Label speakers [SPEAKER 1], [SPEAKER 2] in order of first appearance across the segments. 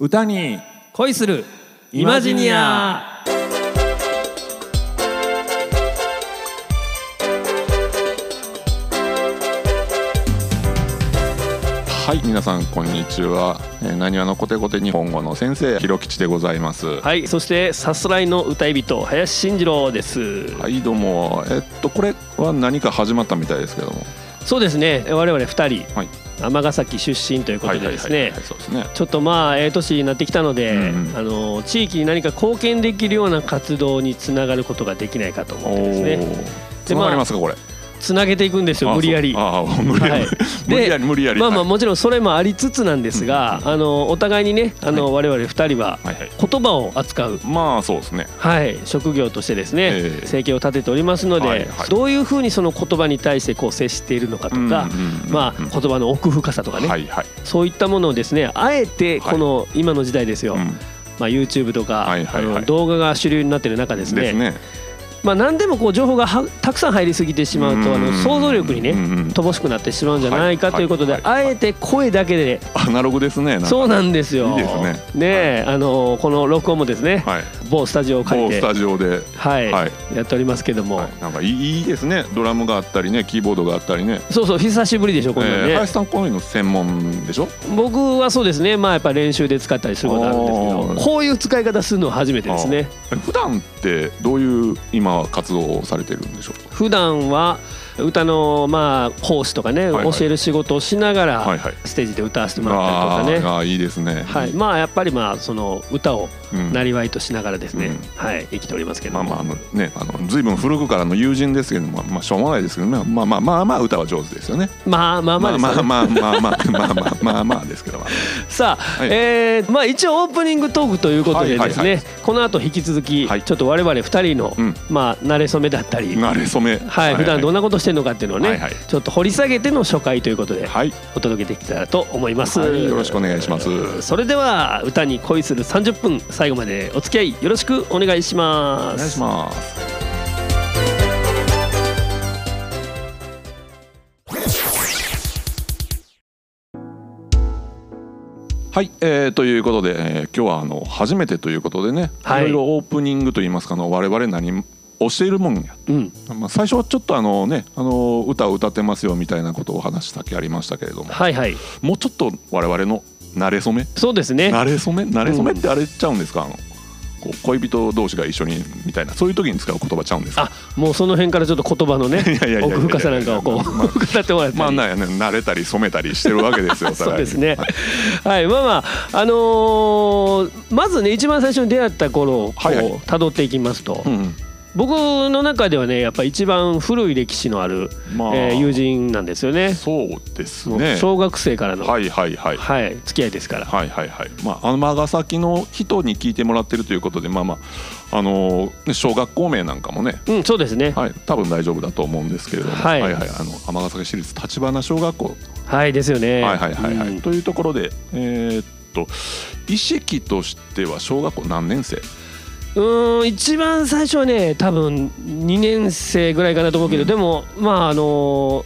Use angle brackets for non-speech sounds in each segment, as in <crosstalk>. [SPEAKER 1] 歌に
[SPEAKER 2] 恋するイマジニア
[SPEAKER 3] はい皆さんこんにちはなにわのコテコテ日本語の先生ひろきちでございますは
[SPEAKER 2] はいそしてさすらいの歌い人林慎二郎です
[SPEAKER 3] い、どうもえっとこれは何か始まったみたいですけども
[SPEAKER 2] そうですね我々二人
[SPEAKER 3] はい
[SPEAKER 2] 尼崎出身というこ
[SPEAKER 3] は
[SPEAKER 2] と
[SPEAKER 3] い
[SPEAKER 2] で
[SPEAKER 3] はいは
[SPEAKER 2] で
[SPEAKER 3] い
[SPEAKER 2] す
[SPEAKER 3] はい
[SPEAKER 2] ね
[SPEAKER 3] そうですね
[SPEAKER 2] ちょっとまあええ年になってきたので、
[SPEAKER 3] うんうん
[SPEAKER 2] あの地域に何か貢献できるような活動につながることができないかと
[SPEAKER 3] お
[SPEAKER 2] 思ってですね
[SPEAKER 3] おつながりますかこれ
[SPEAKER 2] つなげていくんですよ
[SPEAKER 3] あ
[SPEAKER 2] 無理やり
[SPEAKER 3] そうああ無理やり
[SPEAKER 2] はい
[SPEAKER 3] <laughs> 無理やり無理やり
[SPEAKER 2] まあまあ
[SPEAKER 3] はい
[SPEAKER 2] もちろんそれもありつつなんですが、あのお互いにねあの我々2人は
[SPEAKER 3] はいはい
[SPEAKER 2] 言葉を扱う、
[SPEAKER 3] まあそうですね
[SPEAKER 2] はい、職業としてですね、
[SPEAKER 3] ええ
[SPEAKER 2] 生計を立てておりますので、
[SPEAKER 3] はいはい
[SPEAKER 2] どういうふうにその言葉に対してこう接しているのかとか、まあ、言葉の奥深さとかね、
[SPEAKER 3] はいはい
[SPEAKER 2] そういったものをですねあえてこの今の時代ですよ、
[SPEAKER 3] うん
[SPEAKER 2] まあ、YouTube とか、
[SPEAKER 3] はいはいはい
[SPEAKER 2] あの動画が主流になってる中で
[SPEAKER 3] ですす
[SPEAKER 2] ね
[SPEAKER 3] ね
[SPEAKER 2] まあ、何でもこう情報がはたくさん入りすぎてしまうとあ
[SPEAKER 3] う
[SPEAKER 2] の
[SPEAKER 3] ん
[SPEAKER 2] 想像力にね
[SPEAKER 3] うんうん
[SPEAKER 2] 乏しくなってしまうんじゃないか
[SPEAKER 3] はい
[SPEAKER 2] ということで
[SPEAKER 3] はいは
[SPEAKER 2] あえて声だけで
[SPEAKER 3] アナログですねなんか
[SPEAKER 2] そうなんですよ。
[SPEAKER 3] いいですね
[SPEAKER 2] えあのこの録音もですね、
[SPEAKER 3] はい
[SPEAKER 2] 某スタジオを借り
[SPEAKER 3] 某
[SPEAKER 2] て
[SPEAKER 3] スタジオで
[SPEAKER 2] はい、
[SPEAKER 3] はい
[SPEAKER 2] やっておりますけども、
[SPEAKER 3] はいなんかいいいいですねドラムがあったりねキーボードがあったりね
[SPEAKER 2] そうそう久しぶりでしょこんなん
[SPEAKER 3] えー
[SPEAKER 2] ね、
[SPEAKER 3] 林さんこういうの専門でしょ
[SPEAKER 2] 僕はそうですねまあやっぱ練習で使ったりすることあるんですけ
[SPEAKER 3] あー
[SPEAKER 2] どこういう使い方するのは初めてですね。
[SPEAKER 3] あー普段ってどういう今活動をされてるんでしょう
[SPEAKER 2] 普段は歌のまあ講師とかね、
[SPEAKER 3] はいはい
[SPEAKER 2] 教える仕事をしながら、
[SPEAKER 3] はいはい
[SPEAKER 2] ステージで歌わせてもら
[SPEAKER 3] あ
[SPEAKER 2] ったりとかね。
[SPEAKER 3] ーあーいいですね
[SPEAKER 2] はい、まあやっぱりまあその歌を
[SPEAKER 3] うん
[SPEAKER 2] なりわいとしながらですね、
[SPEAKER 3] うん
[SPEAKER 2] はい生きておりますけど
[SPEAKER 3] まあ
[SPEAKER 2] も、
[SPEAKER 3] まああのねあの随分古くからの友人ですけどもまあしょうもないですけどねまあまあまあまあ歌は上手ですよね
[SPEAKER 2] まあまあまあですよね
[SPEAKER 3] まあまあまあまあまあまあまあまあですけ
[SPEAKER 2] <laughs>
[SPEAKER 3] ども
[SPEAKER 2] さあ、
[SPEAKER 3] い
[SPEAKER 2] えーまあ一応オープニングトークということでですね、
[SPEAKER 3] はいはいは
[SPEAKER 2] この後引き続き、
[SPEAKER 3] はい
[SPEAKER 2] ちょっと我々2人の、
[SPEAKER 3] うん
[SPEAKER 2] まあ慣れ初めだったり、はい、
[SPEAKER 3] なれそめ
[SPEAKER 2] 普段どん
[SPEAKER 3] な
[SPEAKER 2] なことしてるのかっていうのをね、
[SPEAKER 3] はいはい
[SPEAKER 2] ちょっと掘り下げての初回ということで、
[SPEAKER 3] はい
[SPEAKER 2] お届けできたらと思います、
[SPEAKER 3] はいよろしくお願いします
[SPEAKER 2] それでは歌に恋する30分最後までお付き合いよろしくお願いします
[SPEAKER 3] お願いしますはい、えーということで、えー今日はあの初めてということでね、
[SPEAKER 2] はい
[SPEAKER 3] い、ろいろオープニングといいますかあの我々何教えるもんや、
[SPEAKER 2] うん
[SPEAKER 3] まあ、最初はちょっとあのねあの歌を歌ってますよみたいなことをお話したきありましたけれども
[SPEAKER 2] はいはい
[SPEAKER 3] もうちょっと我々の慣れ初め
[SPEAKER 2] そうですね
[SPEAKER 3] 慣れ初め慣れ初めってあれちゃうんですか、あのこう恋人同士が一緒にみたいなそういう時に使う言葉ちゃうんですか
[SPEAKER 2] あもうその辺からちょっと言葉のね
[SPEAKER 3] <laughs> いやいやいや
[SPEAKER 2] 奥深さなんかをこう <laughs>
[SPEAKER 3] まあ
[SPEAKER 2] 語ってもらって
[SPEAKER 3] まあなんやね慣れたり染めたりしてるわけです
[SPEAKER 2] <laughs>
[SPEAKER 3] よ
[SPEAKER 2] そうですね。
[SPEAKER 3] ね
[SPEAKER 2] はい、まあまあ、あのーまずね、一番最初に出会った頃をこ
[SPEAKER 3] はいはいう
[SPEAKER 2] 辿っていきますと、
[SPEAKER 3] うん
[SPEAKER 2] 僕の中ではね、やっぱ一番古い歴史のある、
[SPEAKER 3] まあ
[SPEAKER 2] えー友人なんですよね。
[SPEAKER 3] そうです
[SPEAKER 2] もう
[SPEAKER 3] ね
[SPEAKER 2] 小学生からの、は、
[SPEAKER 3] はいいはいはい
[SPEAKER 2] 付き合いですから。
[SPEAKER 3] はいはいはいまあ尼崎の人に聞いてもらってるということでまあまああのーね小学校名なんかもね
[SPEAKER 2] うん、そうですね。はい、
[SPEAKER 3] はい、多分大丈夫だと思うんですけれども、
[SPEAKER 2] はい
[SPEAKER 3] はいはいあの尼崎市立立花小学校
[SPEAKER 2] ですよね。
[SPEAKER 3] はいはいはいはい、
[SPEAKER 2] うん
[SPEAKER 3] というところでえーっと意識としては小学校何年生
[SPEAKER 2] うーん一番最初はね多分2年生ぐらいかなと思うけど、
[SPEAKER 3] うん
[SPEAKER 2] でもまああの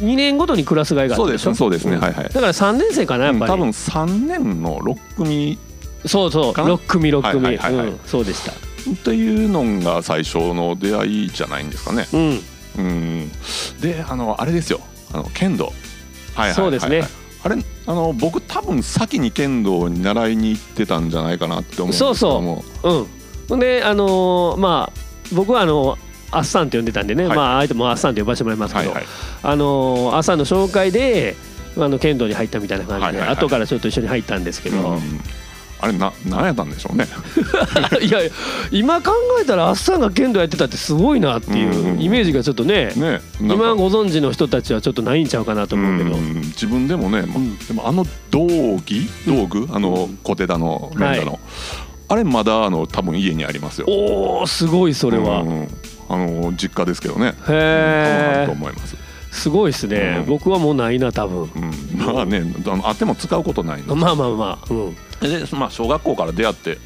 [SPEAKER 2] ー、2年ごとにクラス替えがあ
[SPEAKER 3] そ
[SPEAKER 2] った
[SPEAKER 3] うで
[SPEAKER 2] でし
[SPEAKER 3] す
[SPEAKER 2] ょ
[SPEAKER 3] ねそうですね、
[SPEAKER 2] ん
[SPEAKER 3] はいはい
[SPEAKER 2] だから3年生かなやっぱり、
[SPEAKER 3] 多分3年の6組
[SPEAKER 2] そうそう
[SPEAKER 3] かな
[SPEAKER 2] 6組6組、
[SPEAKER 3] はいはいはいはい
[SPEAKER 2] うん、そうでした
[SPEAKER 3] っていうのが最初の出会いじゃないんですかね。
[SPEAKER 2] うん
[SPEAKER 3] うん、であのあれですよあの剣道、はい
[SPEAKER 2] そうですね
[SPEAKER 3] あれあの僕多分先に剣道に習いに行ってたんじゃないかなって思うんですけ
[SPEAKER 2] そうそ
[SPEAKER 3] ど
[SPEAKER 2] う
[SPEAKER 3] も
[SPEAKER 2] うんほんであのーまあ僕はあのあっさんって呼んでたんでね、
[SPEAKER 3] はい
[SPEAKER 2] まああえてもうあっさんって呼ばせてもらいますけ
[SPEAKER 3] は
[SPEAKER 2] ど、
[SPEAKER 3] いはい
[SPEAKER 2] あのー朝の紹介であの剣道に入ったみたいな感じで、
[SPEAKER 3] はいはいはい
[SPEAKER 2] 後からちょっと一緒に入ったんですけど、
[SPEAKER 3] うんあれな何やったんでしょうね
[SPEAKER 2] <laughs> いやいや今考えたらあっさんが剣道やってたってすごいなって
[SPEAKER 3] うんうんう
[SPEAKER 2] いうんイメージがちょっとね,、
[SPEAKER 3] ねなんか
[SPEAKER 2] 今ご存知の人たちはちょっとないんちゃうかなと思うけど、
[SPEAKER 3] うん自分でもね、ま
[SPEAKER 2] うん
[SPEAKER 3] でもあの道着道具、あの小手だの連打の、あれまだあの多分家にありますよ
[SPEAKER 2] おおすごいそれは、
[SPEAKER 3] うん
[SPEAKER 2] へ
[SPEAKER 3] うんあの実家ですけどねうん多分ある
[SPEAKER 2] え
[SPEAKER 3] と思います、
[SPEAKER 2] すごいですね、
[SPEAKER 3] うん
[SPEAKER 2] 僕はもうないな多分
[SPEAKER 3] うん、まあねあのあっても使うことないの
[SPEAKER 2] まあまあまあ、うん、
[SPEAKER 3] で、まあ、小学校から出会って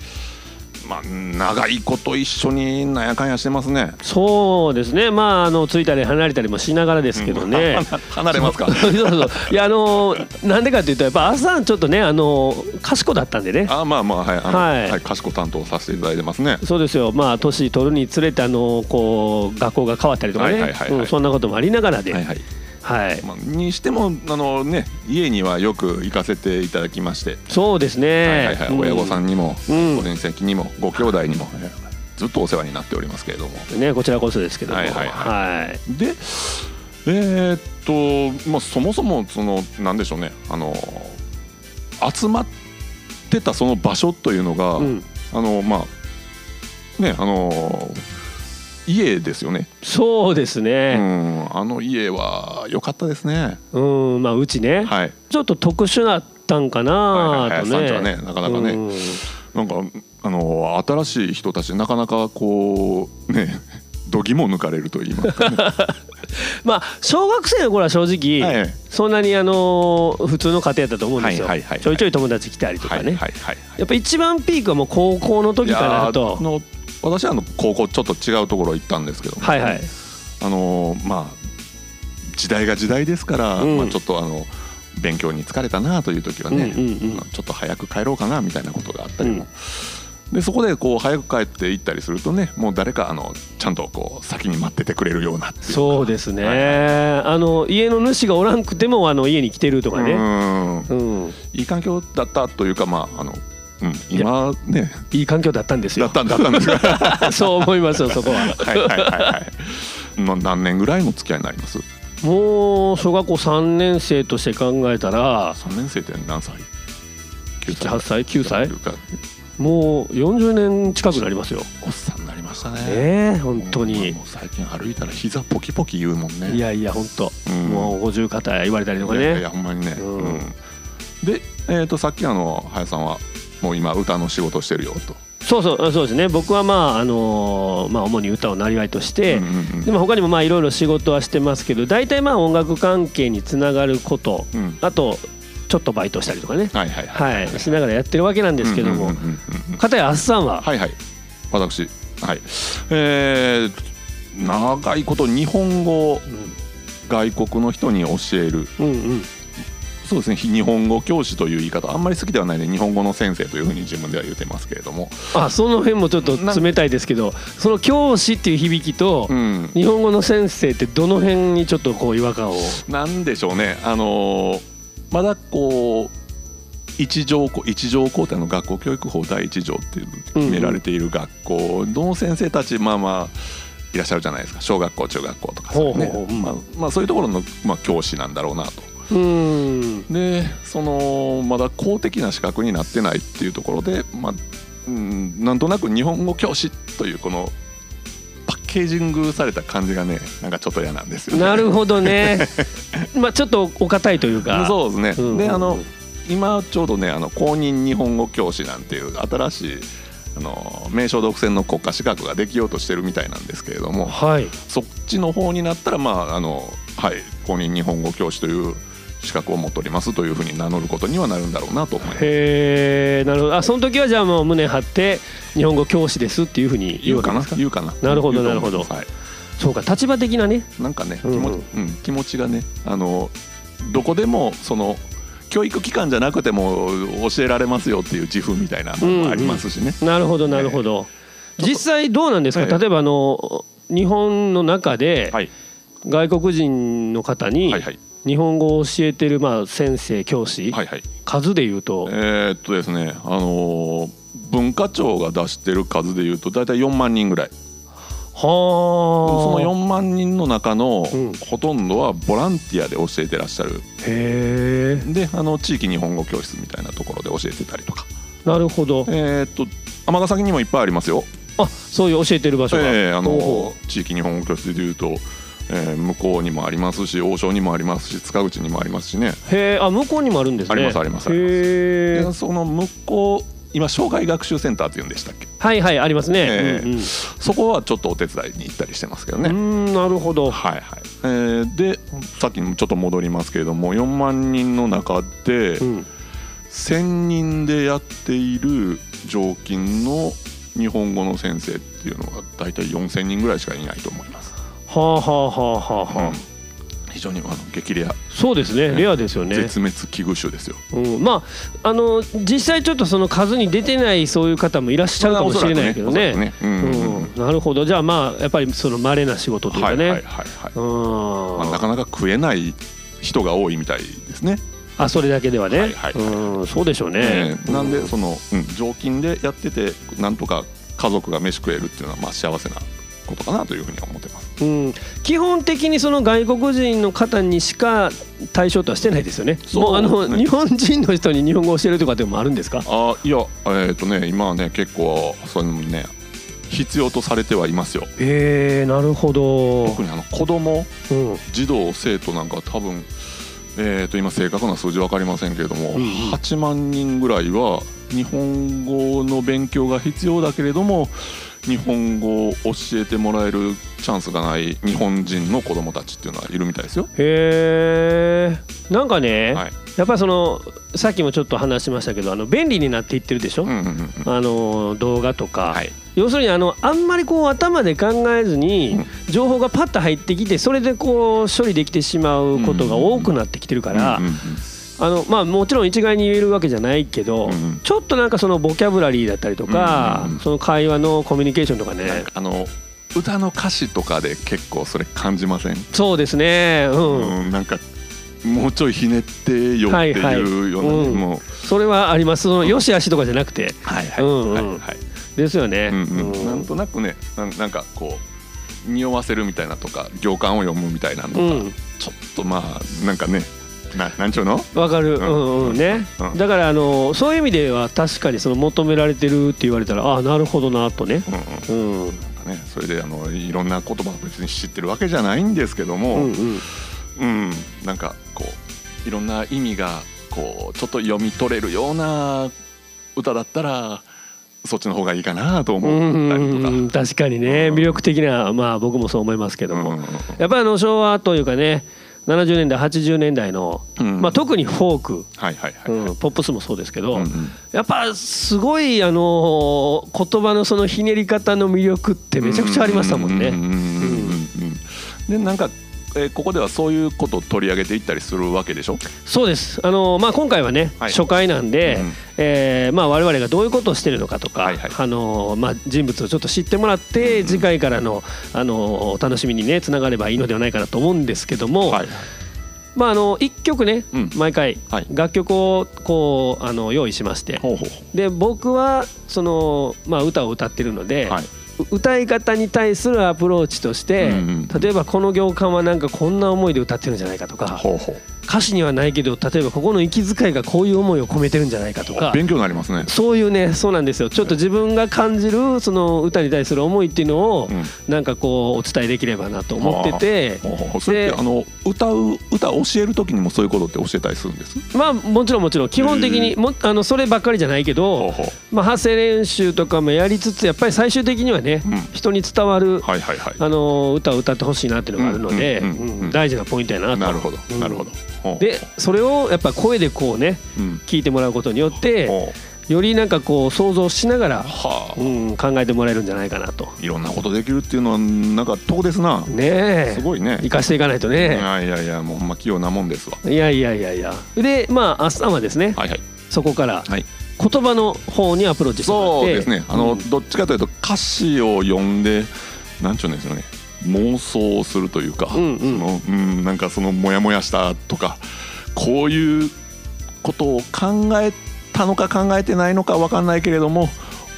[SPEAKER 3] まあ、長いこと一緒になんやかんやしてますね。
[SPEAKER 2] そうですねまああのついたり離れたりもしながらですけどね、
[SPEAKER 3] 離れますか。
[SPEAKER 2] <laughs> そうそういやあのーなんでかっていうとやっぱ朝ちょっとねあのー賢だったんでね
[SPEAKER 3] あ、まあまあ、はい、あの、
[SPEAKER 2] はい
[SPEAKER 3] はい、賢担当させていただいてますね。
[SPEAKER 2] そうですよまあ年取るにつれてあのーこう学校が変わったりとか
[SPEAKER 3] はいはい
[SPEAKER 2] ね
[SPEAKER 3] はいはい
[SPEAKER 2] うんそんなこともありながらで
[SPEAKER 3] はいはい。
[SPEAKER 2] はい
[SPEAKER 3] まあ、にしても、あのね、家にはよく行かせていただきまして。
[SPEAKER 2] そうです
[SPEAKER 3] はいはい
[SPEAKER 2] ね
[SPEAKER 3] はい、親御さんにも、
[SPEAKER 2] うん
[SPEAKER 3] ご親戚にも、ご兄弟にも、えーずっとお世話になっておりますけれども。
[SPEAKER 2] ねこちらこそですけども
[SPEAKER 3] はいはい
[SPEAKER 2] はい
[SPEAKER 3] でえーっと、まあ、そもそもそのなんでしょうねあの集まってたその場所というのが、
[SPEAKER 2] うん
[SPEAKER 3] あのまあねあの家ですよね、
[SPEAKER 2] そうです
[SPEAKER 3] う
[SPEAKER 2] ね
[SPEAKER 3] ん、あの家は良かったですね
[SPEAKER 2] うんまあうちね
[SPEAKER 3] はい
[SPEAKER 2] ちょっと特殊だったんか
[SPEAKER 3] はい
[SPEAKER 2] な
[SPEAKER 3] はい
[SPEAKER 2] と
[SPEAKER 3] 山
[SPEAKER 2] ね
[SPEAKER 3] 頂はねなかなかね
[SPEAKER 2] うん
[SPEAKER 3] なんかあの新しい人たちなかなかこうね <laughs> 度肝を抜かれると言いま
[SPEAKER 2] <laughs>
[SPEAKER 3] すかね
[SPEAKER 2] まあ小学生の頃は正直、
[SPEAKER 3] はい
[SPEAKER 2] そんなにあのー普通の家庭だったと思うんですよ、
[SPEAKER 3] はいはいはいはい
[SPEAKER 2] ちょいちょい友達来たりとか
[SPEAKER 3] は
[SPEAKER 2] ね、
[SPEAKER 3] いはいはいはい
[SPEAKER 2] やっぱ一番ピークはもう高校の時かな
[SPEAKER 3] やー
[SPEAKER 2] と
[SPEAKER 3] あの私はあの高校ちょっと違うところ行ったんですけども
[SPEAKER 2] はいはい
[SPEAKER 3] あのーまあ時代が時代ですから、
[SPEAKER 2] うん
[SPEAKER 3] まあ、ちょっとあの勉強に疲れたなという時はね、
[SPEAKER 2] うんうんうん
[SPEAKER 3] まあちょっと早く帰ろうかなみたいなことがあったりも、でそこでこう早く帰って行ったりするとねもう誰かあのちゃんとこう先に待っててくれるようなっていうか
[SPEAKER 2] そうですね、
[SPEAKER 3] はいはい
[SPEAKER 2] あの家の主がおらんくてもあの家に来てるとか
[SPEAKER 3] う
[SPEAKER 2] ね、
[SPEAKER 3] ん
[SPEAKER 2] うん
[SPEAKER 3] いい環境だったというかまああの、うん、今ね
[SPEAKER 2] いい環境だったんです
[SPEAKER 3] だ <laughs>
[SPEAKER 2] よ
[SPEAKER 3] ったんだったんですがは
[SPEAKER 2] そう思いますよそこはい
[SPEAKER 3] はいはいはいな何年ぐらいの付き合いになります
[SPEAKER 2] もう小学校3年生として考えたら
[SPEAKER 3] 三年生って何歳九
[SPEAKER 2] 78歳9歳
[SPEAKER 3] 九歳
[SPEAKER 2] もう40年近くなりますよ
[SPEAKER 3] おっさんになりましたね
[SPEAKER 2] ええ本当に
[SPEAKER 3] もう最近歩いたら膝ポキポキ言うもんね
[SPEAKER 2] いやいや本当、
[SPEAKER 3] うん
[SPEAKER 2] もう50肩言われたりとか
[SPEAKER 3] いやい
[SPEAKER 2] ね
[SPEAKER 3] やほんまにね、
[SPEAKER 2] うん
[SPEAKER 3] うんで、えー、とさっきあの林さんはもう今歌の仕事してるよと、
[SPEAKER 2] そうそうあそうですね僕はまああのーまあ主に歌をなりわいとして、
[SPEAKER 3] うんうん
[SPEAKER 2] でも他にもまあいろいろ仕事はしてますけど大体まあ音楽関係につながること
[SPEAKER 3] うんうん
[SPEAKER 2] あとちょっとバイトしたりとかね
[SPEAKER 3] はいはいはい
[SPEAKER 2] はいしながらやってるわけなんですけど
[SPEAKER 3] うんう
[SPEAKER 2] も
[SPEAKER 3] んうんうんうん
[SPEAKER 2] 片やあっさんは
[SPEAKER 3] はいはい私はいえー、長いこと日本語を外国の人に教える
[SPEAKER 2] うんうん
[SPEAKER 3] そうですね日本語教師という言い方あんまり好きではないね日本語の先生というふうに自分では言ってますけれども、
[SPEAKER 2] あその辺もちょっと冷たいですけどその教師っていう響きと
[SPEAKER 3] うん、
[SPEAKER 2] 日本語の先生ってどの辺にちょっとこう違和感を
[SPEAKER 3] なんでしょうねあのーまだこう一条校一条校ってあの学校教育法第一条っていう決められている学校の先生たちまあまあいらっしゃるじゃないですか小学校中学校とか
[SPEAKER 2] ほうほう
[SPEAKER 3] ね
[SPEAKER 2] ほううん
[SPEAKER 3] まあまあそういうところの、まあ、教師なんだろうなと。
[SPEAKER 2] うん
[SPEAKER 3] でそのまだ公的な資格になってないっていうところで、まあうん、なんとなく日本語教師というこのパッケージングされた感じがねなんかちょっと嫌なんですよね。
[SPEAKER 2] なるほどね <laughs> まあちょっとお堅いというか
[SPEAKER 3] そうですね、
[SPEAKER 2] うんうんうん
[SPEAKER 3] であの今ちょうどねあの公認日本語教師なんていう新しいあの名称独占の国家資格ができようとしてるみたいなんですけれども
[SPEAKER 2] はい
[SPEAKER 3] そっちの方になったらまああのはい公認日本語教師という資格を持っておりますというふうに名乗ることにはなるんだろうなと思います。
[SPEAKER 2] へえなるほどあその時はじゃあもう胸張って日本語教師ですっていうふうに言
[SPEAKER 3] 言
[SPEAKER 2] う
[SPEAKER 3] うか
[SPEAKER 2] か
[SPEAKER 3] な
[SPEAKER 2] な
[SPEAKER 3] 言うかな
[SPEAKER 2] なるほど
[SPEAKER 3] 言うと思います
[SPEAKER 2] な
[SPEAKER 3] はい
[SPEAKER 2] そうか立場的なね
[SPEAKER 3] なんかね気
[SPEAKER 2] うんうん
[SPEAKER 3] 持,、うん、気持ちがねあのどこでもその教育機関じゃなくても教えられますよっていう自負みたいなのもありますしね、
[SPEAKER 2] なるほどなるほど、実際どうなんですか、
[SPEAKER 3] ええ
[SPEAKER 2] 例えばあの日本の中で
[SPEAKER 3] はい
[SPEAKER 2] 外国人の方に
[SPEAKER 3] はいはい
[SPEAKER 2] 日本語を教えてるまあ先生教師、
[SPEAKER 3] はいはい
[SPEAKER 2] 数で言うと、
[SPEAKER 3] えーっとですねあのー文化庁が出してる数でいうと大体4万人ぐらいその
[SPEAKER 2] はあ
[SPEAKER 3] 4万人の中の
[SPEAKER 2] うん
[SPEAKER 3] ほとんどはボランティアで教えてらっしゃる
[SPEAKER 2] へえ
[SPEAKER 3] であの地域日本語教室みたいなところで教えてたりとか
[SPEAKER 2] なるほど
[SPEAKER 3] えーっと尼崎にもいっぱいありますよ
[SPEAKER 2] あそういう教えてる場所が、
[SPEAKER 3] ええあ
[SPEAKER 2] ほうほ
[SPEAKER 3] の地域日本語教室でいうと、えー向こうにもありますし王将にもありますし塚口にもありますしね、
[SPEAKER 2] うへえあ向こうにもあるんですね
[SPEAKER 3] ありますありますあります
[SPEAKER 2] へえ
[SPEAKER 3] でその向こう今障害学習センターっていうんでしたっけ
[SPEAKER 2] はいはいありますね、
[SPEAKER 3] ええ
[SPEAKER 2] うんうん
[SPEAKER 3] そこはちょっとお手伝いに行ったりしてますけどね、
[SPEAKER 2] うーんなるほど。
[SPEAKER 3] はいはい、えーでさっきもちょっと戻りますけれども4万人の中で
[SPEAKER 2] うん、
[SPEAKER 3] 1,000人でやっている常勤の日本語の先生っていうのが大体4,000人ぐらいしかいないと思います。
[SPEAKER 2] はあはあはあはあ、はあ
[SPEAKER 3] うん非常にあの激レア、
[SPEAKER 2] そうですね
[SPEAKER 3] ね
[SPEAKER 2] レアですよね、
[SPEAKER 3] 絶滅危惧種ですよ。
[SPEAKER 2] うん、まああの実際ちょっとその数に出てないそういう方もいらっしゃるかもしれないけどね
[SPEAKER 3] おそらくねおそらくねうんうんうん
[SPEAKER 2] うんなるほどじゃあまあやっぱりその稀な仕事という
[SPEAKER 3] は
[SPEAKER 2] か
[SPEAKER 3] い
[SPEAKER 2] ね、
[SPEAKER 3] はいはいはい。
[SPEAKER 2] うん、
[SPEAKER 3] まあ、なかなか食えない人が多いみたいですね。
[SPEAKER 2] あそれだけではね、
[SPEAKER 3] はいはいはい
[SPEAKER 2] うんそうでしょうね
[SPEAKER 3] え、えなんでその、うん、常勤でやっててなんとか家族が飯食えるっていうのはまあ幸せなことかなというふうには思ってます。
[SPEAKER 2] うん、基本的にその外国人の方にしか対象とはしてないですよね
[SPEAKER 3] そう
[SPEAKER 2] もうあの
[SPEAKER 3] ですね
[SPEAKER 2] 日本人の人に日本語を教えるとかっていうのもあるんですか
[SPEAKER 3] あーいやえっ、とね今はね結構そのね必要とされてはいますよ。
[SPEAKER 2] えー、なるほど、
[SPEAKER 3] 特にあの子供
[SPEAKER 2] うん、
[SPEAKER 3] 児童生徒なんかは多分えー、と今正確な数字分かりませんけれども、
[SPEAKER 2] うんうん
[SPEAKER 3] 8万人ぐらいは日本語の勉強が必要だけれども日本語を教えてもらえるチャンスがない日本人の子供たちっていうのはいるみたいですよ。
[SPEAKER 2] へえなんかね、
[SPEAKER 3] はい
[SPEAKER 2] やっぱりそのさっきもちょっと話しましたけどあの便利になっていってるでしょ、
[SPEAKER 3] うんうんうんうん
[SPEAKER 2] あの動画とか、
[SPEAKER 3] はい
[SPEAKER 2] 要するにあのあんまりこう頭で考えずに情報がパッと入ってきてそれでこう処理できてしまうことが多くなってきてるから、
[SPEAKER 3] うんうんうん
[SPEAKER 2] あのまあ、もちろん一概に言えるわけじゃないけど、
[SPEAKER 3] うんうん
[SPEAKER 2] ちょっとなんかそのボキャブラリーだったりとか、
[SPEAKER 3] うんうんうん
[SPEAKER 2] その会話のコミュニケーションとか
[SPEAKER 3] なん
[SPEAKER 2] ね
[SPEAKER 3] かあの歌の歌詞とかで結構それ感じません、
[SPEAKER 2] そうですねうん、
[SPEAKER 3] うんなんかもうちょいひねってよって
[SPEAKER 2] はい
[SPEAKER 3] いうような、
[SPEAKER 2] はいうん
[SPEAKER 3] もう
[SPEAKER 2] それはありますそのよし悪しとかじゃなくて
[SPEAKER 3] はいはい
[SPEAKER 2] うんうん
[SPEAKER 3] はいはい
[SPEAKER 2] ですよね。
[SPEAKER 3] うんうん
[SPEAKER 2] うん
[SPEAKER 3] なんとなくねなんなんかこう匂わせるみたいなとか行間を読むみたいなのと
[SPEAKER 2] う
[SPEAKER 3] か、
[SPEAKER 2] ん
[SPEAKER 3] ちょっとまあなんかねななんちゅうの
[SPEAKER 2] わかる、う
[SPEAKER 3] うん
[SPEAKER 2] んうんね
[SPEAKER 3] う、ん
[SPEAKER 2] だからあのそういう意味では確かにその求められてるって言われたらああなるほどなとね、
[SPEAKER 3] うんうん
[SPEAKER 2] うん、うん
[SPEAKER 3] なんかねそれであのいろんな言葉を別に知ってるわけじゃないんですけども、
[SPEAKER 2] うん
[SPEAKER 3] うん、なんかこういろんな意味がこうちょっと読み取れるような歌だったらそっちの方がいいかなと
[SPEAKER 2] うん
[SPEAKER 3] 思ったりとか。
[SPEAKER 2] うん確かにね
[SPEAKER 3] うん
[SPEAKER 2] 魅力的なまあ僕もそう思いますけども、
[SPEAKER 3] うんうん
[SPEAKER 2] やっぱりあの昭和というかね70年代80年代の、
[SPEAKER 3] うん
[SPEAKER 2] まあ、特にフォーク、
[SPEAKER 3] はいはいはい。
[SPEAKER 2] うん、ポップスもそうですけど、
[SPEAKER 3] うんうん
[SPEAKER 2] やっぱすごいあの言葉のそのひねり方の魅力ってめちゃくちゃありましたもん
[SPEAKER 3] うう
[SPEAKER 2] ね。
[SPEAKER 3] ううんうんでなんか、えーここではそういうことを取り上げていったりするわけでしょ。
[SPEAKER 2] そうです。あのまあ今回はね、
[SPEAKER 3] はい
[SPEAKER 2] 初回なんで、
[SPEAKER 3] うん
[SPEAKER 2] えーまあ我々がどういうことをしてるのかとか、
[SPEAKER 3] はいはい
[SPEAKER 2] あのまあ人物をちょっと知ってもらって、次回からのあのお楽しみにねつながればいいのではないかなと思うんですけども、
[SPEAKER 3] はい
[SPEAKER 2] まああの一曲ね、
[SPEAKER 3] うん
[SPEAKER 2] 毎回
[SPEAKER 3] はい
[SPEAKER 2] 楽曲をこうあの用意しまして、
[SPEAKER 3] ほうほう
[SPEAKER 2] で僕はそのまあ歌を歌ってるので。
[SPEAKER 3] はい。
[SPEAKER 2] う歌い方に対するアプローチとして、
[SPEAKER 3] うんうん
[SPEAKER 2] 例えばこの行間はなんかこんな思いで歌ってるんじゃないかとか、
[SPEAKER 3] ほうほう。
[SPEAKER 2] 歌詞にはないけど例えばここの息遣いがこういう思いを込めてるんじゃないかとか
[SPEAKER 3] 勉強になりますね。
[SPEAKER 2] そういうねそうなんですよちょっと自分が感じるその歌に対する思いっていうのを、
[SPEAKER 3] うん
[SPEAKER 2] なんかこうお伝えできればなと思ってて
[SPEAKER 3] ほうほうほうそれってあの歌う歌を教える時にもそういうことって教えたりするんです。
[SPEAKER 2] まあもちろんもちろん基本的に
[SPEAKER 3] へ
[SPEAKER 2] もあのそればっかりじゃないけど、
[SPEAKER 3] ほうほう。
[SPEAKER 2] まあ、発声練習とかもやりつつやっぱり最終的にはね、
[SPEAKER 3] うん
[SPEAKER 2] 人に伝わる
[SPEAKER 3] はいはいはい。
[SPEAKER 2] あの歌を歌ってほしいなっていうのがあるので、
[SPEAKER 3] うんうんうんうん
[SPEAKER 2] うん大事なポイントやなと。
[SPEAKER 3] なるほど
[SPEAKER 2] う、ん
[SPEAKER 3] なるほど。ほう
[SPEAKER 2] で、それをやっぱ声でこうね
[SPEAKER 3] うん、
[SPEAKER 2] 聞いてもらうことによって
[SPEAKER 3] ほ
[SPEAKER 2] よりなんかこう想像しながら
[SPEAKER 3] う、はあ、
[SPEAKER 2] うん、考えてもらえるんじゃないかなと。
[SPEAKER 3] いろんなことできるっていうのはなんか遠ですな。
[SPEAKER 2] ねえ
[SPEAKER 3] すごいね
[SPEAKER 2] 生。かしていかないと
[SPEAKER 3] い
[SPEAKER 2] ね。
[SPEAKER 3] やいやいや、もうほんま器用なもんですわ。
[SPEAKER 2] いやいやいやいやでまあ明日はですね、
[SPEAKER 3] はいはい。
[SPEAKER 2] そこから
[SPEAKER 3] はい。
[SPEAKER 2] 言葉の方にアプローチしても
[SPEAKER 3] そう
[SPEAKER 2] らって
[SPEAKER 3] ですね。あの、
[SPEAKER 2] うん
[SPEAKER 3] どっちかというと歌詞を読んで、なんちゅうんですよね。妄想をするというか、
[SPEAKER 2] うんうん
[SPEAKER 3] その、うん、なんかそのモヤモヤしたとか。こういうことを考えたのか考えてないのかわかんないけれども。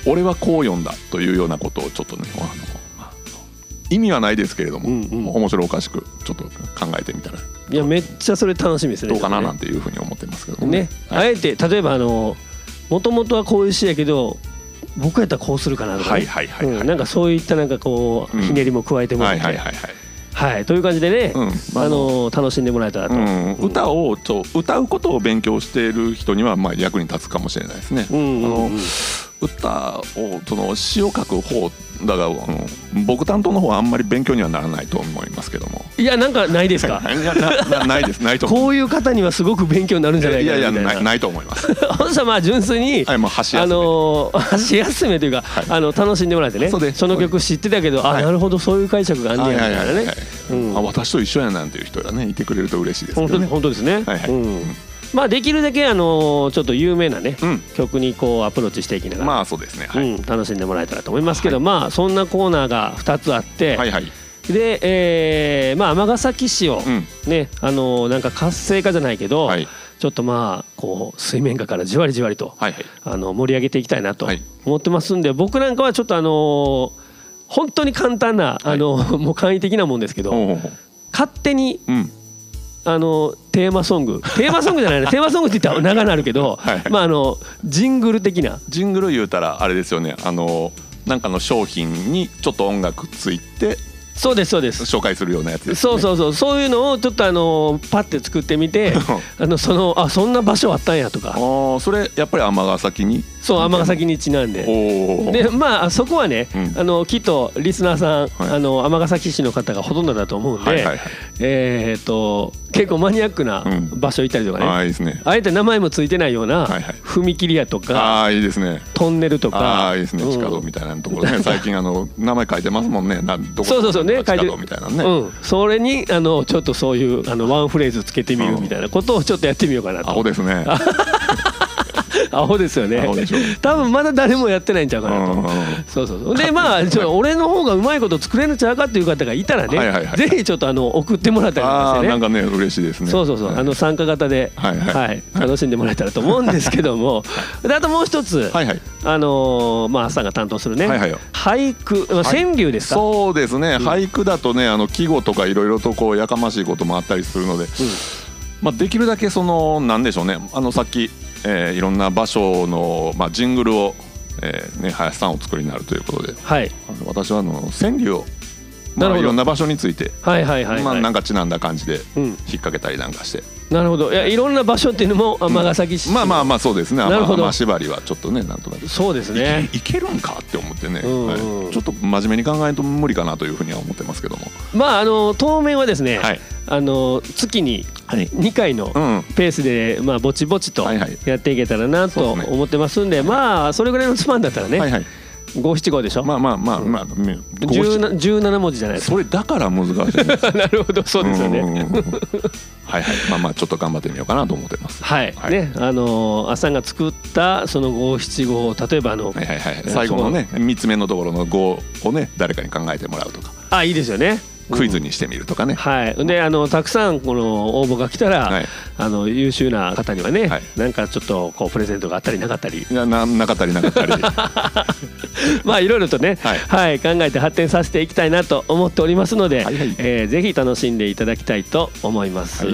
[SPEAKER 3] 俺はこう読んだというようなことをちょっとね、あのまあ意味はないですけれども、
[SPEAKER 2] うんうん
[SPEAKER 3] 面白おかしくちょっと考えてみたら
[SPEAKER 2] いやめっちゃそれ楽しみですね。
[SPEAKER 3] どうかななんていうふうに思ってますけども
[SPEAKER 2] ね、
[SPEAKER 3] は
[SPEAKER 2] あ
[SPEAKER 3] い
[SPEAKER 2] えて例えばあのもともとはこういう詩やけど僕やったらこうするかなとか、ね
[SPEAKER 3] はいはいはいはい
[SPEAKER 2] うんなんかそういったなんかこう、
[SPEAKER 3] うん
[SPEAKER 2] ひねりも加えてもらっ
[SPEAKER 3] は
[SPEAKER 2] て、
[SPEAKER 3] い
[SPEAKER 2] は
[SPEAKER 3] はいいはいはい。
[SPEAKER 2] という感じでね、
[SPEAKER 3] うんまあ
[SPEAKER 2] あの楽しんでもらえたらと、
[SPEAKER 3] うん、歌をちょ歌うことを勉強している人にはまあ役に立つかもしれないですね。
[SPEAKER 2] うんうんうん
[SPEAKER 3] あの歌をその詩を書く方だがあの僕担当の方はあんまり勉強にはならないと思いますけど
[SPEAKER 2] <laughs>
[SPEAKER 3] も。
[SPEAKER 2] いやなんかないですか
[SPEAKER 3] いやななないですないと思う。
[SPEAKER 2] こういう方にはすごく勉強になるんじゃないいか
[SPEAKER 3] や
[SPEAKER 2] ないみた
[SPEAKER 3] や
[SPEAKER 2] いな
[SPEAKER 3] ないないと思います。
[SPEAKER 2] あの人はまあ純粋に、
[SPEAKER 3] はいもう箸休
[SPEAKER 2] <laughs>
[SPEAKER 3] め
[SPEAKER 2] あのー箸休めというか、
[SPEAKER 3] はい
[SPEAKER 2] あの楽しんでもらってね
[SPEAKER 3] そうです
[SPEAKER 2] の曲知ってたけど、
[SPEAKER 3] は
[SPEAKER 2] あ
[SPEAKER 3] い
[SPEAKER 2] なるほどそういう解釈があんねやみたいなね、うん
[SPEAKER 3] あ私と一緒やなんていう人がねいてくれると嬉しいですけ
[SPEAKER 2] 本当
[SPEAKER 3] ど
[SPEAKER 2] に
[SPEAKER 3] ね。
[SPEAKER 2] 本当ですね、
[SPEAKER 3] はいはい
[SPEAKER 2] うんまあできるだけあのーちょっと有名なね、
[SPEAKER 3] うん
[SPEAKER 2] 曲にこうアプローチしていきながら、
[SPEAKER 3] まあそうですね。はい、
[SPEAKER 2] うん、楽しんでもらえたらと思いますけど、まあそんなコーナーが2つあって、
[SPEAKER 3] はいはい。
[SPEAKER 2] で、えーまあ尼崎市を
[SPEAKER 3] うん
[SPEAKER 2] ね、あのーなんか活性化じゃないけど、
[SPEAKER 3] はい
[SPEAKER 2] ちょっとまあこう水面下からじわりじわりと、
[SPEAKER 3] はいはい。
[SPEAKER 2] あの盛り上げていきたいなと
[SPEAKER 3] はい
[SPEAKER 2] 思ってますんで、僕なんかはちょっとあのー本当に簡単な、あの <laughs> ーもう簡易的なもんですけど、
[SPEAKER 3] おうおう
[SPEAKER 2] 勝手に
[SPEAKER 3] うん。
[SPEAKER 2] あのテーマソングテーマソングじゃないなテーマソングって言ったら長なるけど、
[SPEAKER 3] はい
[SPEAKER 2] まああのジングル的な
[SPEAKER 3] ジングル言うたらあれですよね。あのなんかの商品にちょっと音楽ついて
[SPEAKER 2] そうですそうです
[SPEAKER 3] 紹介するようなやつです、ね。
[SPEAKER 2] そうそうそうそういうのをちょっとあのパッて作ってみてあのそのあそんな場所あったんやとか
[SPEAKER 3] ああそれやっぱり尼崎に。
[SPEAKER 2] そう尼崎にちなんで。
[SPEAKER 3] おお。
[SPEAKER 2] でまあそこはね、
[SPEAKER 3] うん
[SPEAKER 2] あのきっとリスナーさん、
[SPEAKER 3] はい
[SPEAKER 2] あの尼崎市の方がほとんどだと思うんで、
[SPEAKER 3] はいはいはい
[SPEAKER 2] えーっと結構マニアックな
[SPEAKER 3] うん
[SPEAKER 2] 場所行ったりとかね、
[SPEAKER 3] ああいいですね。
[SPEAKER 2] あえて名前もついてないような
[SPEAKER 3] はいはい
[SPEAKER 2] 踏切やとか、
[SPEAKER 3] ああいいですね。
[SPEAKER 2] トンネルとか
[SPEAKER 3] ああいいですね。地下道みたいなところね。最近あの名前書いてますもんね。なんどこ
[SPEAKER 2] そうそうそうね
[SPEAKER 3] 地下道みたいなね。
[SPEAKER 2] うん、それにあのちょっとそういうあのワンフレーズつけてみるみたいなことをちょっとやってみようかなと
[SPEAKER 3] アホですね。
[SPEAKER 2] アホですよね
[SPEAKER 3] アホでしょ
[SPEAKER 2] 多分まだ誰もやってないんちゃうかなと、
[SPEAKER 3] うんうんうん
[SPEAKER 2] そうそうそうでまあ
[SPEAKER 3] <laughs>
[SPEAKER 2] ちょ俺の方がうまいこと作れるんちゃうかっていう方がいたらね、
[SPEAKER 3] はいはいはい
[SPEAKER 2] ぜひちょっとあの送ってもらったりとか
[SPEAKER 3] あ
[SPEAKER 2] し
[SPEAKER 3] あ
[SPEAKER 2] てね
[SPEAKER 3] なんかね嬉しいですね。
[SPEAKER 2] そうそうそう、
[SPEAKER 3] はい
[SPEAKER 2] あの参加型で、
[SPEAKER 3] はいはい
[SPEAKER 2] 楽しんでもらえたらと思うんですけども、であともう一つ、
[SPEAKER 3] はいはい。
[SPEAKER 2] あのーまあさんが担当するね、
[SPEAKER 3] はいはい
[SPEAKER 2] 俳句、まあ、川柳ですか、
[SPEAKER 3] そうですね、俳句だとねあの季語とかいろいろとこうやかましいこともあったりするので、まあ、できるだけそのなんでしょうねあのさっき、えーいろんな場所の、まあ、ジングルを、えーね、林さんお作りになるということで
[SPEAKER 2] はい、
[SPEAKER 3] あの私はあの川柳を、ま
[SPEAKER 2] なるほ
[SPEAKER 3] あ、
[SPEAKER 2] ど
[SPEAKER 3] いろんな場所について、
[SPEAKER 2] はいはいはいはい
[SPEAKER 3] まあ、なんかちなんだ感じで
[SPEAKER 2] うん
[SPEAKER 3] 引っ掛けたりなんかして、
[SPEAKER 2] なるほどいやいろんな場所っていうのも尼崎市、
[SPEAKER 3] まあまあまあそうですね
[SPEAKER 2] なるほど
[SPEAKER 3] まあまあ縛りはちょっとねなんとなく。
[SPEAKER 2] そうですね
[SPEAKER 3] いいけるんかって思ってね、
[SPEAKER 2] うんうん
[SPEAKER 3] はいちょっと真面目に考えると無理かなというふうには思ってますけども、
[SPEAKER 2] まああの当面はですね、
[SPEAKER 3] はい
[SPEAKER 2] あの月に
[SPEAKER 3] はい
[SPEAKER 2] 2回の
[SPEAKER 3] うん
[SPEAKER 2] ペースで、まあ、ぼちぼちと
[SPEAKER 3] はいはい
[SPEAKER 2] やっていけたらなと
[SPEAKER 3] そうですね
[SPEAKER 2] 思ってますんで、まあそれぐらいのスパンだったらね、
[SPEAKER 3] はいはい、
[SPEAKER 2] 五七五でしょ、
[SPEAKER 3] まあまあまあまあ、ね五七
[SPEAKER 2] 十な17文字じゃないです
[SPEAKER 3] それだから難しいんですよ <laughs>
[SPEAKER 2] かなるほどそうですよ
[SPEAKER 3] うんうん
[SPEAKER 2] ね
[SPEAKER 3] うんはいはいまあまあちょっと頑張ってみようかなと思ってます
[SPEAKER 2] はい、
[SPEAKER 3] はい
[SPEAKER 2] ねあのー、朝が作ったその五七五を例えばあの、
[SPEAKER 3] はいはいはい最後のね三つ目のところの語をね誰かに考えてもらうとか
[SPEAKER 2] あいいですよね
[SPEAKER 3] クイズにしてみるとかね、
[SPEAKER 2] はい、であのたくさんこの応募が来たら、
[SPEAKER 3] はい
[SPEAKER 2] あの優秀な方にはね、
[SPEAKER 3] はい
[SPEAKER 2] なんかちょっとこうプレゼントがあったりなかったり
[SPEAKER 3] いやななかったりな
[SPEAKER 2] <laughs>
[SPEAKER 3] かったりは <laughs>
[SPEAKER 2] まあいろいろとね、は
[SPEAKER 3] はいい
[SPEAKER 2] 考えて発展させていきたいなと思っておりますので、
[SPEAKER 3] はいはい
[SPEAKER 2] えーぜひ楽しんでいただきたいと思います。
[SPEAKER 3] い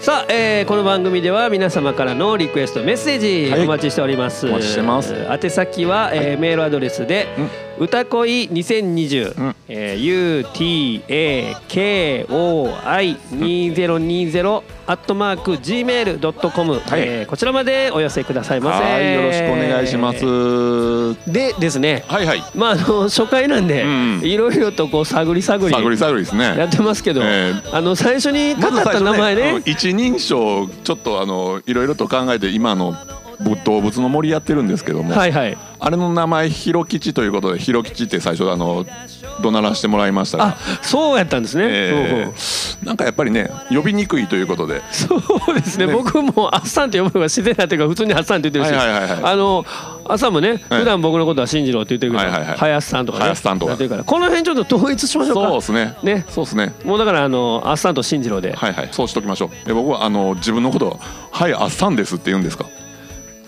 [SPEAKER 2] さあ、えーこの番組では皆様からのリクエストメッセージ
[SPEAKER 3] はい
[SPEAKER 2] お待ちしております、
[SPEAKER 3] お待ちしてます
[SPEAKER 2] 宛先は、えーメールアドレスで、歌恋2020、
[SPEAKER 3] うん
[SPEAKER 2] えー UTAKOI2020 アットマーク Gmail.com、
[SPEAKER 3] はい
[SPEAKER 2] えーこちらまでお寄せくださいませ
[SPEAKER 3] はいよろしくお願いします
[SPEAKER 2] でですね
[SPEAKER 3] はいはい
[SPEAKER 2] まああの初回なんで、
[SPEAKER 3] うん
[SPEAKER 2] いろいろとこう探り探り
[SPEAKER 3] 探り探りですね
[SPEAKER 2] やってますけど、
[SPEAKER 3] え
[SPEAKER 2] あの最初に語った名前ね
[SPEAKER 3] あの一人称ちょっとあのいろいろと考えて今の僕動物の森やってるんですけども、
[SPEAKER 2] はいはい
[SPEAKER 3] あれの名前ひろきちということでひろきちって最初あの怒鳴らしてもらいました
[SPEAKER 2] あ
[SPEAKER 3] が、
[SPEAKER 2] そうやったんですね、うんう
[SPEAKER 3] え
[SPEAKER 2] ん
[SPEAKER 3] ーなんかやっぱりね呼びにくいということで
[SPEAKER 2] そうですね
[SPEAKER 3] ね
[SPEAKER 2] 僕も「あっさん」って呼ぶのが自然なというか普通に「あっさん」って言ってるし、
[SPEAKER 3] はいはいはいはい
[SPEAKER 2] あの朝もね
[SPEAKER 3] はい
[SPEAKER 2] 普段僕のことは「信次郎」って言ってるけど「
[SPEAKER 3] はいはいはい
[SPEAKER 2] 林さん」とかね
[SPEAKER 3] 林さんとか
[SPEAKER 2] やってるからこの辺ちょっと統一しましょうか
[SPEAKER 3] そうですね
[SPEAKER 2] ね
[SPEAKER 3] そうですね
[SPEAKER 2] もうだからあのあっさんと信次郎で、
[SPEAKER 3] はいはいそうしときましょうで僕はあの自分のことを「はいあっさんです」って言うんですか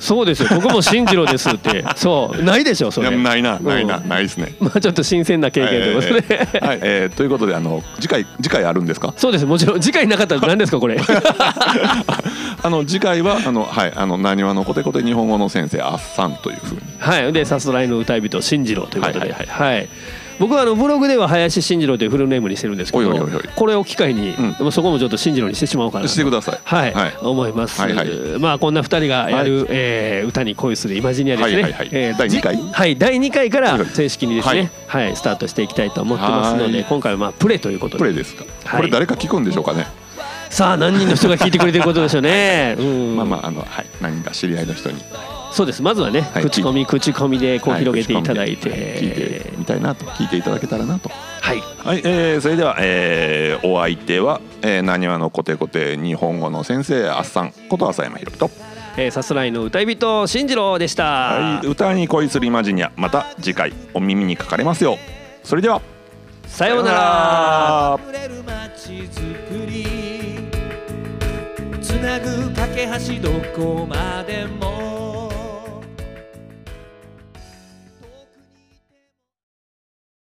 [SPEAKER 2] そうですよ僕も信次郎ですってそうないでしょそ
[SPEAKER 3] い
[SPEAKER 2] れ
[SPEAKER 3] やないなないな、
[SPEAKER 2] うん
[SPEAKER 3] ないですね
[SPEAKER 2] <laughs> まあちょっと新鮮な経験でございますね、
[SPEAKER 3] えーはいえーということであの次回次回あるんですか
[SPEAKER 2] そうですもちろん次回なかったら何ですかこれ
[SPEAKER 3] あの次回はあのはいあのなにわのコテコテ日本語の先生あっさんというふうに
[SPEAKER 2] はいでさすらいの歌い人信次郎ということでは
[SPEAKER 3] はいい
[SPEAKER 2] は、
[SPEAKER 3] はいい
[SPEAKER 2] 僕はあのブログでは林進次郎というフルネームにしてるんですけど
[SPEAKER 3] おいおいおいおい
[SPEAKER 2] これを機会に、
[SPEAKER 3] うん
[SPEAKER 2] でもそこもちょっと進次郎にしてしまおうかなと
[SPEAKER 3] してください
[SPEAKER 2] はい、
[SPEAKER 3] はい
[SPEAKER 2] 思います、
[SPEAKER 3] はいはい
[SPEAKER 2] まあこんな二人がやる、えー歌に恋するイマジニアですね、
[SPEAKER 3] はいはいはい
[SPEAKER 2] えー
[SPEAKER 3] 第二回
[SPEAKER 2] じはい第二回から正式にです
[SPEAKER 3] は
[SPEAKER 2] ね
[SPEAKER 3] い、
[SPEAKER 2] はいスタートしていきたいと思ってますの
[SPEAKER 3] は
[SPEAKER 2] で
[SPEAKER 3] い
[SPEAKER 2] 今回はまあプレということ
[SPEAKER 3] プレイ
[SPEAKER 2] で
[SPEAKER 3] ですか、
[SPEAKER 2] はい
[SPEAKER 3] これ誰か聞くんでしょうかね、
[SPEAKER 2] さあ何人の人が聞いてくれてることでしょう
[SPEAKER 3] <laughs>
[SPEAKER 2] ね、うん
[SPEAKER 3] まあまああの、はい、何か知り合いの人に、
[SPEAKER 2] そうですまずはね、
[SPEAKER 3] はい
[SPEAKER 2] 口コミ口コミでこう
[SPEAKER 3] はい
[SPEAKER 2] 広げていただいて、
[SPEAKER 3] 口コミではい聞いてみたいなと聞いていただけたらなと
[SPEAKER 2] はい
[SPEAKER 3] はい、えーそれでは、えーお相手はなにわのコテコテ日本語の先生あっさんこと浅山ひろと
[SPEAKER 2] えーさすらいの歌い人進次郎でした、
[SPEAKER 3] はい歌に恋するイマジニアまた次回お耳にかかれますよそれでは
[SPEAKER 2] さようなら
[SPEAKER 1] 溢れる街づくりつなぐ架け橋どこまでも